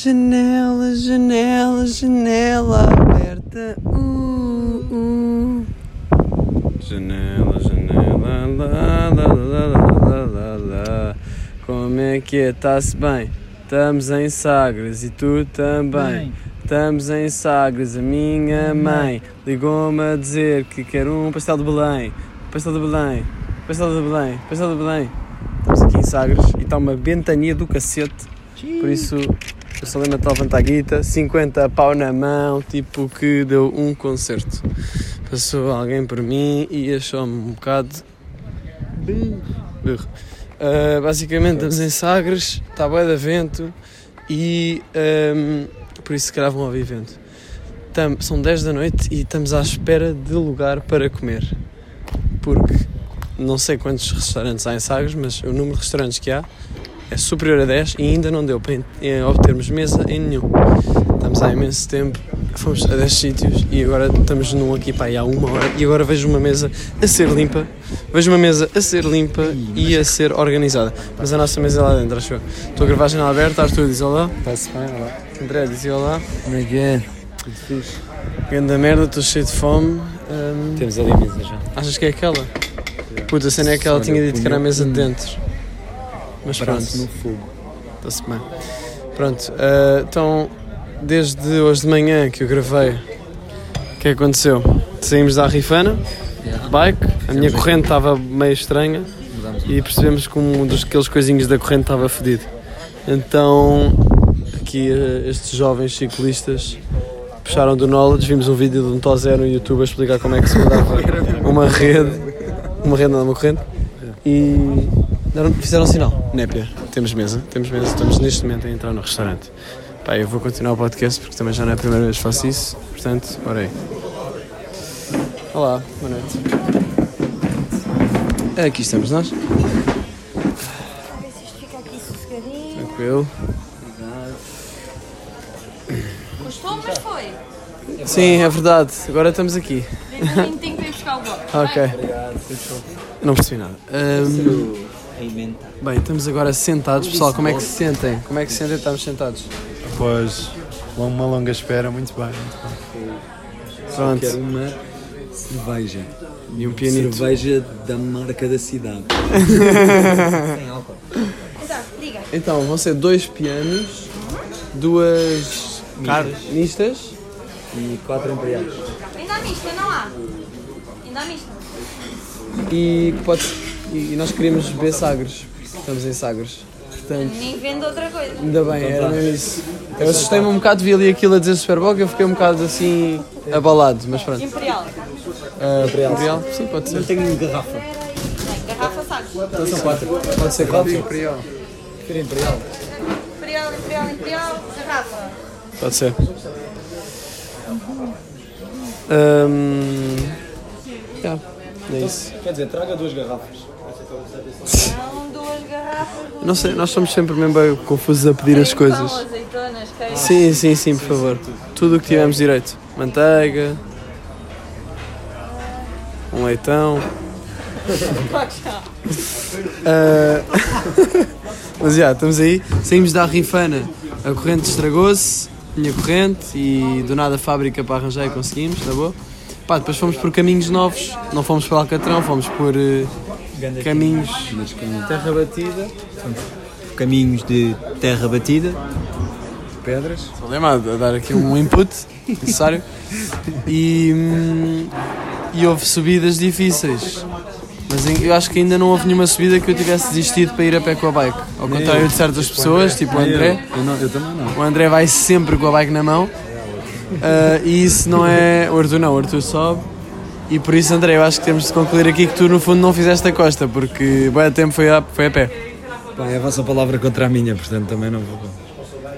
Janela, janela, janela aberta. Uh, uh. Janela, janela, lá, lá, lá, lá, lá, lá, lá. Como é que é? Está-se bem? Estamos em Sagres e tu também. Bem. Estamos em Sagres, a minha mãe ligou-me a dizer que quer um pastel de Belém. Pastel de Belém, pastel de Belém, pastel de Belém. Estamos aqui em Sagres e está uma ventania do cacete. Por isso, eu só lembro de levantar a guita, 50 pau na mão, tipo que deu um concerto. Passou alguém por mim e achou-me um bocado burro. Ah, basicamente, estamos em Sagres, está bem da vento e ahm, por isso, se calhar, vão ouvir vento. Tam- são 10 da noite e estamos à espera de lugar para comer. Porque não sei quantos restaurantes há em Sagres, mas o número de restaurantes que há é superior a 10 e ainda não deu para en- eh, obtermos mesa em nenhum. Estamos há imenso tempo, fomos a 10 sítios e agora estamos num aqui pá, aí há uma hora e agora vejo uma mesa a ser limpa, vejo uma mesa a ser limpa e a ser organizada. Mas a nossa mesa é lá dentro, acho eu. Estou a gravar a janela aberta, Arthur diz olá, Está-se bem, olha lá. André diz olá, Como é que é? Tudo fixe. grande merda, estou cheio de fome. Ahm, Temos ali a mesa já. achas que é aquela? Puta, a cena é que ela Olha, tinha dito que era a punha mesa de um dentro. Mas Braço pronto. no fogo. Está-se bem. Pronto, ah, então, desde hoje de manhã que eu gravei, o que é que aconteceu? Saímos da Rifana, de bike, a minha corrente estava meio estranha Mudamos. e percebemos que um dos aqueles coisinhos da corrente estava fedido. Então, aqui eh, estes jovens ciclistas puxaram do knowledge, vimos um vídeo de um Tozé no YouTube a explicar como é que se mudava uma rede, uma rede não, uma corrente, e deram- fizeram sinal. Népia, temos mesa, temos mesa, estamos neste momento a entrar no restaurante. Pá, eu vou continuar o podcast porque também já não é a primeira vez que faço isso, portanto, bora aí. Olá, boa noite. Aqui estamos nós. ver se isto fica aqui sossegadinho. Tranquilo. Gostou, mas foi. Sim, é verdade. Agora estamos aqui. Tenho tenho que ir buscar o bloco. tá Ok. bem? Não percebi nada. Ahm, A emenda. bem, estamos agora sentados. Pessoal, como é que se sentem? Como é que se sentem? Estamos sentados. Após uma longa espera, muito bem. Muito bem. Quero Pronto. uma cerveja. E um pianito. Cerveja da marca da cidade. Então, diga. Então, vão ser dois pianos, duas mistas. E quatro imperiais. Ainda há mista, não há? Ainda há mista. e, que pode- e e nós queríamos beber Sagres. Estamos em Sagres. Portanto, Nem vendo outra coisa. Ainda bem, era mesmo isso. Eu assustei-me um bocado, vi ali aquilo a dizer Super Bowl, eu fiquei um bocado assim abalado, mas pronto. Imperial. Ah, Imperial? Sim, pode ser. Tenho garrafa. Então Bem, garrafa sabes. São quatro. Pode ser quatro. Imperial, imperial, imperial, garrafa. Pode ser. Hum, yeah, é isso. Quer dizer, traga duas garrafas. Não, duas garrafas. duas- Não sei, nós somos sempre mesmo bem confusos a pedir as Tem Pão, coisas. azeitonas, queijo. Sim, sim, sim, por favor. Tudo o que tivermos direito. Manteiga. Um leitão. Ah, Mas já, estamos aí. Saímos da Rifana. A corrente estragou-se, minha corrente, e do nada a fábrica para arranjar e conseguimos, tá bom? Pá, depois fomos por caminhos novos, não fomos por Alcatrão, fomos por eh, caminhos é terra batida. Caminhos de terra batida. Estou lembrado a dar aqui um input necessário. E, hum, e houve subidas difíceis. Mas em- eu acho que ainda não houve nenhuma subida que eu tivesse desistido para ir a pé com a bike. Ao contrário de certas pessoas, tipo o André. Eu, não, eu também não. O André vai sempre com a bike na mão. Ah, e isso não é. O Arthur não, o Arthur sobe. E por isso, André, eu acho que temos de concluir aqui que tu, no fundo, não fizeste a costa, porque bem a tempo foi a, foi a pé. Pá, é a vossa palavra contra a minha, portanto também não vou,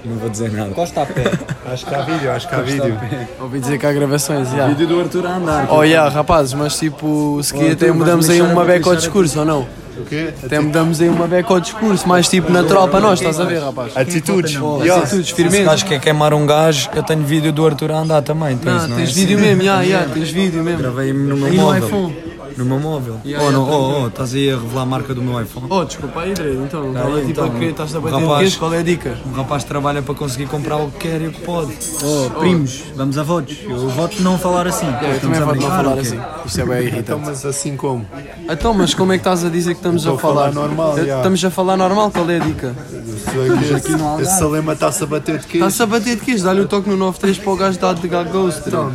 não vou dizer nada. Costa a pé. Acho que há vídeo, acho que há vídeo. Ouvi dizer que há gravações, já. Vídeo do Arthur a andar. Oh, yeah, rapazes, mas tipo, se queria, Arthur, até mas mudamos aí deixar- uma beca ao deixar- discurso, ou não? O quê? Até mudamos aí uma beca ao discurso, mais tipo natural para nós, estás a ver, rapaz? Atitudes. Atitudes, firmeza. Acho que é queimar um gajo. Eu tenho vídeo do Arthur a andar também. Então Ah, isso não tens é vídeo mesmo, já, já, tens vídeo mesmo. Gravei-me no meu Aí no móvel. iPhone. no meu móvel. Yeah, oh, não, yeah, oh, oh, estás aí a revelar a marca do meu iPhone. Oh, desculpa aí, Dredd, então, Tá qual é aí, tipo então, a querer, estás a bater rapaz. de queijo, qual é a dica? Um rapaz trabalha para conseguir comprar o que quer e o que pode. Oh, primos, vamos a votos. Eu voto não falar assim. Eu, Estamos também a vou não brincar, falar ou quê? assim. Isto é bem irritante. Então, mas assim como? Então, mas como é que estás a dizer que estamos Estou a a falar falar? normal, Eh, já. Estamos a falar normal, qual é a dica? Esse, esse Salema está-se a bater de queijo. Está-se a bater de queijo, dá-lhe o toque no 93 para o gajo dar de ghost. Não,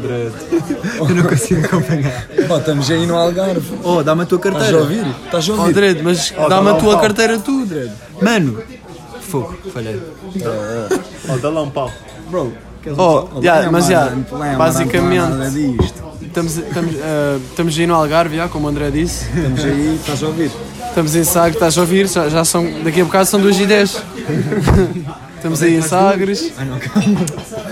Eu não consigo acompanhar. Oh, estamos aí no Algarve. Oh, dá-me a tua carteira. Estás a ouvir? Estás a oh, ouvir? Dredd, mas dá-me um a tua carteira tu, Dredd. Mano, fogo, falhei. Oh, dá lá um pau. Bro, queres Oh, um- yeah, Lembra, mas yeah, não te lembra, não te basicamente- lembra nada disto. Estamos, estamos, eh, estamos aí no Algarve, já, como o André disse. Estamos aí, estás a ouvir? Estamos em Sagres, estás a ouvir? Já, já são, daqui a bocado são 2 e 10 Estamos aí em Sagres.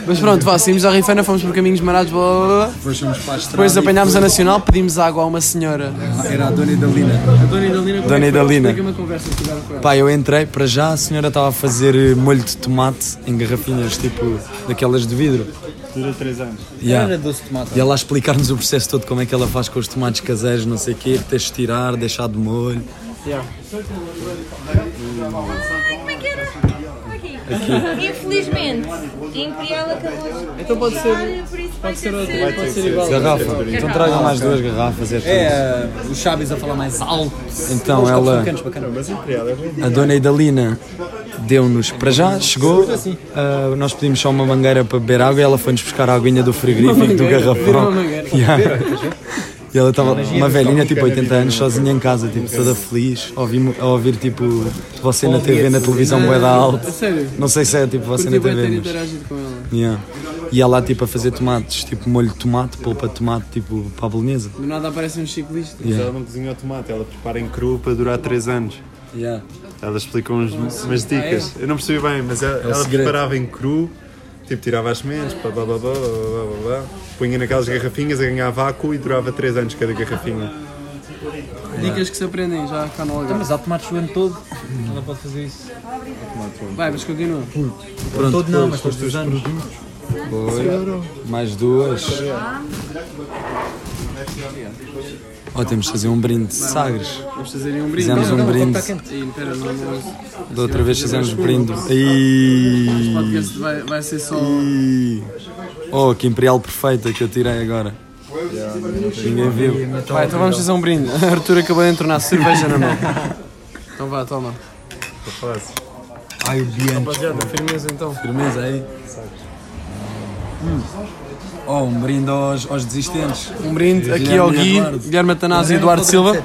Mas pronto, vá, saímos da Rifena, fomos por caminhos marados, blá, blá, blá, blá. Depois fomos para a estrada Depois e apanhámos a Nacional, pedimos água a uma senhora. depois- Era a Dona Idalina. A Dona Idalina, é Dona Idalina. uma conversa que tiveram com ela. Pá, eu entrei, para já a senhora estava a fazer eh, molho de tomate em garrafinhas, tipo daquelas de vidro. Dura 3 anos. Yeah. doce de tomate. E ela a explicar-nos o processo todo, como é que ela faz com os tomates caseiros, não sei o quê, que tens de tirar, deixar de molho. Como é que era? Aqui. Infelizmente, Imperial acabou de. Então pode ser- fechar, por isso vai ter de Pode ser igual. Garrafa. Então tragam mais duas garrafas. É, tudo. É os Chaves a falar mais alto. Então Ela... ela, Bacanas, bacanas. a dona Idalina, deu-nos para já, chegou, ah, nós pedimos só uma mangueira para beber água e ela foi-nos buscar a aguinha do frigorífico, do mangueira, beber uma garrafão. mangueira. Yeah. E ela estava, uma velhinha, tipo 80 anos, né? sozinha em casa, tipo, toda feliz, a ouvir, a ouvir tipo, você Oh, na TV, na televisão, bué da A alta. sério? Não sei se é, tipo, você na Curti bem ter TV, mas... interagido com ela. Yeah. E ela, tipo, a fazer tomates, tipo, molho de tomate, polpa de tomate, tipo, para a bolonhesa. Do nada aparece um ciclista. Mas Yeah. ela não cozinha o tomate, ela prepara em cru para durar 3 anos. Yeah. Ela explicou uns, umas dicas. Eu não percebi bem, mas ela, ela segredo. preparava em cru, tipo, tirava as sementes, blá blá blá blá blá blá blá blá. Punha naquelas garrafinhas a ganhar vácuo e durava 3 anos cada garrafinha. Dicas que se aprendem já cá no Algarve. Mas há tomates o ano todo. Ela pode fazer isso. Vai, mas continua. Pronto, Todo não, mas depois, todos os anos. mais duas. Oh, temos de fazer um brinde de Sagres. Vamos fazer aí um brinde. Fizemos um brinde. Ih, pera, não, não. Da outra vez fizemos brinde. Aí. O podcast vai, vai ser só. Oh, que imperial perfeita que eu tirei agora. Ninguém viu. Vai, então vamos fazer um brinde. A Arthur acabou de entornar cerveja na mão. Então vá, toma. Fácil. Ai, o Bianco. Rapaziada, firmeza então. Firmeza aí. Hum. Oh, um brinde aos, aos desistentes. Um brinde aqui ao Gui, Guilherme Eduardo. Guilherme Atanásio e Eduardo Silva.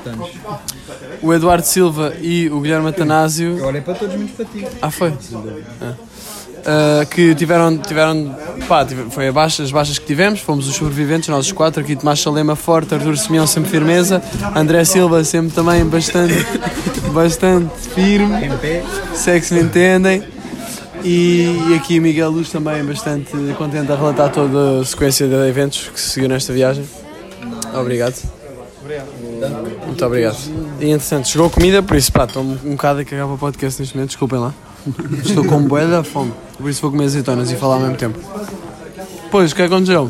O Eduardo Silva e o Guilherme Atanásio. Olha para todos menos para ti. Ah, foi? Ah. Ah, que tiveram, tiveram pá, tive- foi a baixa, as baixas que tivemos, fomos os sobreviventes, nós os quatro, aqui Tomás Salema forte, Arthur Simeão sempre firmeza, André Silva sempre também bastante, bastante firme, se é que se me entendem, e, e aqui Miguel Luz também bastante contente a relatar toda a sequência de eventos que se seguiu nesta viagem. Obrigado. Muito obrigado. E entretanto, chegou comida, por isso, pá, estou um um bocado a cagar para o podcast neste momento, desculpem lá. Estou com bué da fome, por isso vou comer azeitonas e falar ao mesmo tempo. Pois, o que aconteceu?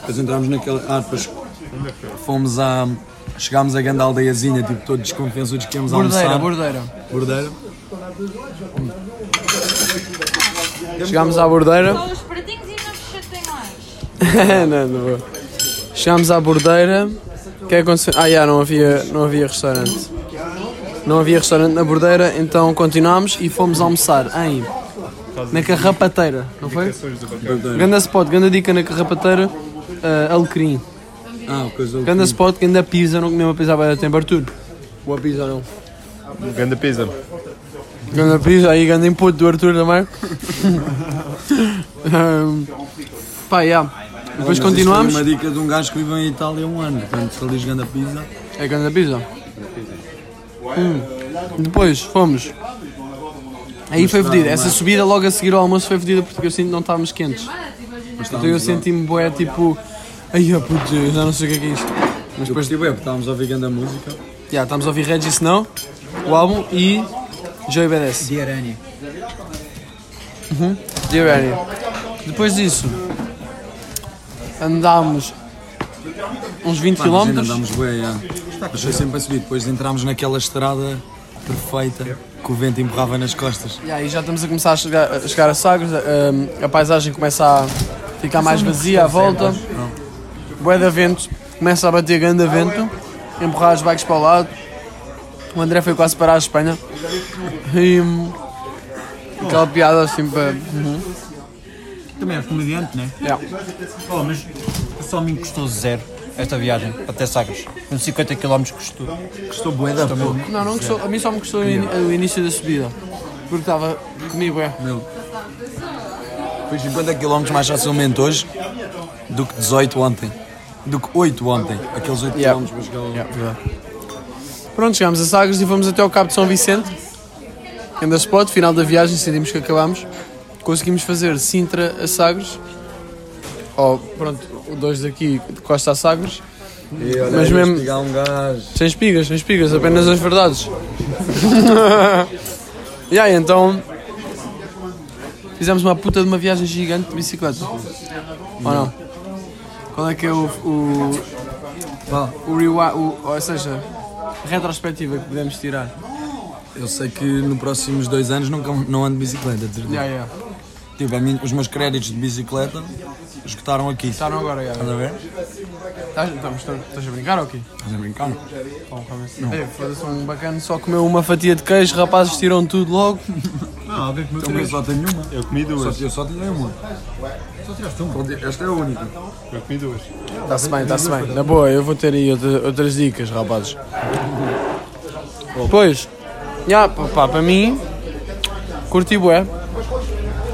Depois entramos naquela. Ah, depois fomos a. Chegámos a grande aldeiazinha, tipo, todos desconfiançudos que íamos Bordeira, almoçar. bordeira. Bordeira. Chegámos à bordeira. Só os pratinhos e não se chateiem mais. não, não vou. Chegámos à bordeira. O que é que aconteceu? Ah, já, não, havia, não havia restaurante. Não havia restaurante na bordeira, então continuámos e fomos almoçar em. Na Carrapateira, não foi? Ganda spot, ganda dica na Carrapateira, ah, alecrim. Ah, o coisa. Ganda spot, ganda pizza, não comi uma pizza há bué de tempo, Arthur. Boa pizza não. Ganda pizza. Ganda pizza aí, um ganda input do Arthur também. Ahm, pá, yeah. Depois Mas isto continuamos. Foi uma dica de um gajo que viveu em Itália um ano, portanto, se ali jogando a pizza. É ganda pizza. Hum. Depois fomos. Aí foi fedida. Essa subida logo a seguir ao almoço foi fedida porque eu sinto que não estávamos quentes. Então eu senti-me boé tipo. Ai, ah, puto, eu já não sei o que é que é isto. Mas depois. Depois, tipo, é, porque estávamos a ouvir grande música. Já, estamos a ouvir Regis Snow, o álbum e. Joey Badass. De aranha. Dear Annie. Depois disso, andámos uns 20 Pá, nós ainda km. andámos bué, já. Mas foi sempre a subir. Depois entramos naquela estrada perfeita que o vento empurrava nas costas. E aí já estamos a começar a chegar a, chegar a Sagres, a, a paisagem começa a ficar mais vazia à volta. Bué da vento, começa a bater grande vento, empurrar os bikes para o lado. O André foi quase parar a Espanha. E, hum, aquela piada assim para. Uhum. Também és comediante, não é? Yeah. Oh, mas só me custou zero esta viagem até Sagres. Uns 50 km custou. Estou bué da pouco. Não, não gostou, a mim só me gostou o in- o início da subida. Porque estava comigo, é. Fiz 50 km mais facilmente hoje do que 18 ontem. Do que 8 ontem. Aqueles 8 Yeah. km para chegar ao- Pronto, chegámos a Sagres e fomos até ao Cabo de São Vicente. Ainda spot, final da viagem, sentimos que acabámos. Conseguimos fazer Sintra a Sagres. Ou, pronto, o dois daqui de Costa a Sagres. Mas aí, mesmo- espigar um gajo. Sem espigas, sem espigas, apenas as verdades. e aí, então. Fizemos uma puta de uma viagem gigante de bicicleta. Ou não? Qual é que é o. o, o, rewi- o ou seja, a retrospectiva que podemos tirar? Eu sei que nos próximos dois anos nunca, não ando de bicicleta. de verdade. Yeah, Ah, yeah. Tipo, a mim- os meus créditos de bicicleta esgotaram aqui. Estaram agora, yeah. Estás a ver? Estás, estamos- estás a brincar ou quê? Estás a brincar? Ei, Foda-se, um bacana só comeu uma fatia de queijo, rapazes tiram tudo logo. Não, alguém que me Então eu só tenho uma. Eu comi Só, duas. eu só tenho uma. Só tiraste uma. Esta é a única. Eu comi duas. Está-se bem, está-se bem. Na boa, eu vou ter aí outra- outras dicas, rapazes. Pois, já, pá, pá, para mim, curti bué.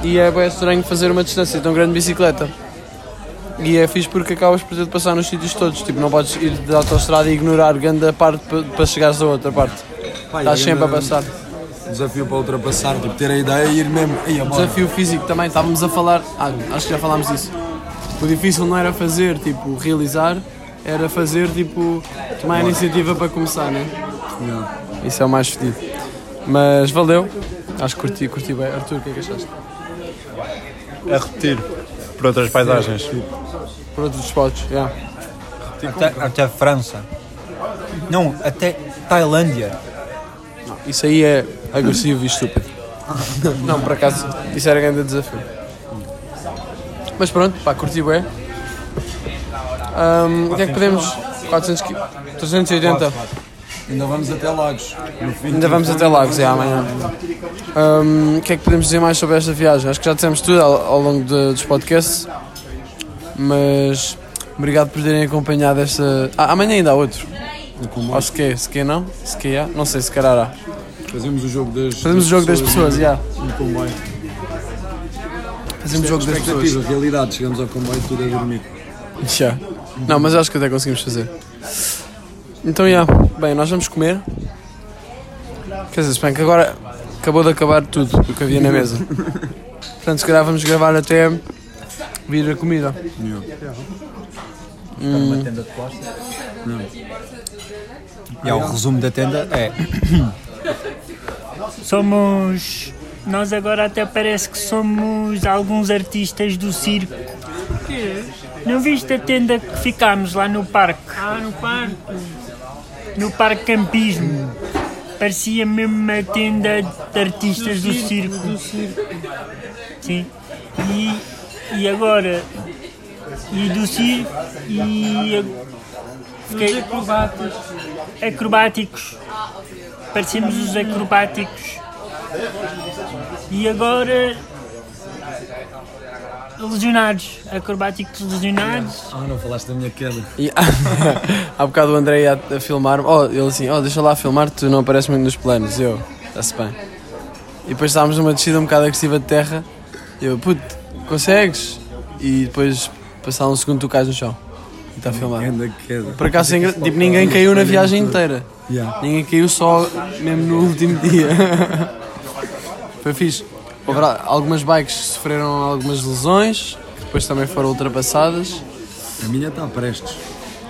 E é bué estranho fazer uma distância tão grande de bicicleta. E é fixe porque acabas por ter de passar nos sítios todos. Tipo, não podes ir da autostrada e ignorar grande parte pa- para chegares a outra parte. Pá, Estás e sempre a ainda- passar. Desafio para ultrapassar, tipo, ter a ideia e ir mesmo. Ia, bora. Desafio físico também, estávamos a falar, ah, acho que já falámos disso. O difícil não era fazer, tipo, realizar, era fazer, tipo, tomar a iniciativa para começar, né? Yeah. Isso é o mais fedido. Mas valeu, acho que curti, curti bem. Arthur, o que é que achaste? A repetir. Por outras paisagens. Por outros spots, yeah. Até, até França. Não, até Tailândia. Isso aí é agressivo e estúpido. Não, por acaso, isso era grande desafio. Mas pronto, pá, curti bem. Ahm, o que é que podemos? 400 qui- 380. Ainda vamos até Lagos. No fim, tipo, Ainda vamos até Lagos, é amanhã. Hum, O que é que podemos dizer mais sobre esta viagem? Acho que já dissemos tudo ao, ao longo de- dos podcasts, mas obrigado por terem acompanhado esta. Ah, amanhã ainda há outro. Ou se quê? Se quê não? Se quê há? Não sei, se calhar há. Fazemos o jogo das. Fazemos o jogo das pessoas, já. No comboio. Fazemos o jogo das pessoas. Expectativa, realidade. Chegamos ao comboio tudo a dormir. Já. Não, mas acho que até conseguimos fazer. Então, já. Bem, nós vamos comer. Quer dizer, se bem que agora acabou de acabar tudo o que havia na mesa. Portanto, se calhar vamos gravar até vir a comida. Uma tenda de plástico. é E o resumo da tenda é. Somos. Nós agora até parece que somos alguns artistas do circo. Não viste a tenda que ficámos lá no parque? Ah, no parque. No parque campismo. Parecia mesmo uma tenda de artistas do circo. Sim. E, e agora? E do circo? E. a- Fiquei... Acrobáticos. Parecemos os acrobáticos. E agora. Lesionados. Acrobáticos lesionados. Ah, não falaste da minha queda. E, há bocado o André ia a filmar oh, Ele assim, oh, deixa lá filmar, tu não apareces muito nos planos. Eu, está-se bem. E depois estávamos numa descida um bocado agressiva de terra. Eu, puto, consegues? E depois, passar um segundo, tu cais no chão. E está filmado. Ainda queda. Por acaso, sem gra- tipo, ninguém caiu na viagem inteira. Yeah. Ninguém caiu só mesmo no último dia. Foi fixe. Haverá algumas bikes que sofreram algumas lesões, que depois também foram ultrapassadas. A minha está a prestes.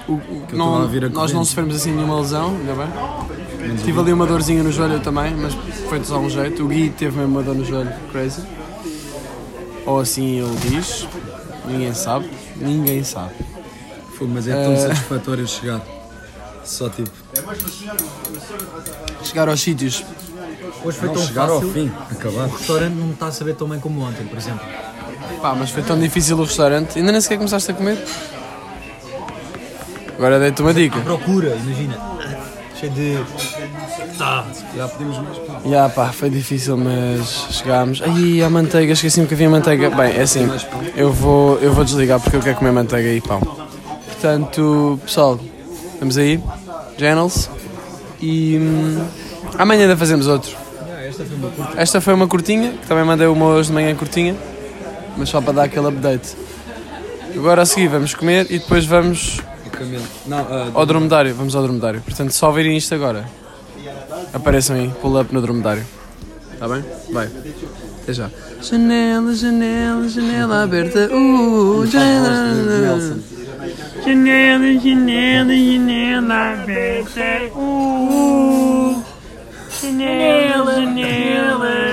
O- o- eu não- estou a vir a nós não corrente. sofremos assim nenhuma lesão, ainda bem. Tive ali uma dorzinha no joelho eu também, mas foi de só um jeito. O Gui teve mesmo uma dor no joelho, crazy. Ou assim ele diz. Ninguém sabe. Ninguém sabe. Eh. Fogo, mas é tão satisfatório chegar. Só tipo. Chegar aos sítios. Hoje foi Não tão chegar ao fácil. fim, acabar. O restaurante não está a saber tão bem como ontem, por exemplo. Pá, mas foi tão difícil o restaurante. Ainda nem sequer começaste a comer. Agora dei-te uma dica. Procura, imagina. Cheio de. Tá. Já pedimos mais. Já pá, foi difícil, mas chegámos. Ai, a manteiga, esqueci-me que havia manteiga. Bem, é assim, eu vou, eu vou desligar porque eu quero comer manteiga e pão. Portanto, pessoal, vamos aí, Janels, e hum, amanhã ainda fazemos outro. Esta foi uma curtinha, que também mandei uma hoje de manhã curtinha, mas só para dar aquele update. Agora a seguir vamos comer e depois vamos Não, ah, ao dromedário, vamos ao dromedário. Portanto, só ouvirem isto agora. Apareçam aí, pull up no dromedário. Está bem? Vai. Até já. Janela, janela, janela aberta. Uh, janela. Janela, janela, janela aberta. Uh, janela, janela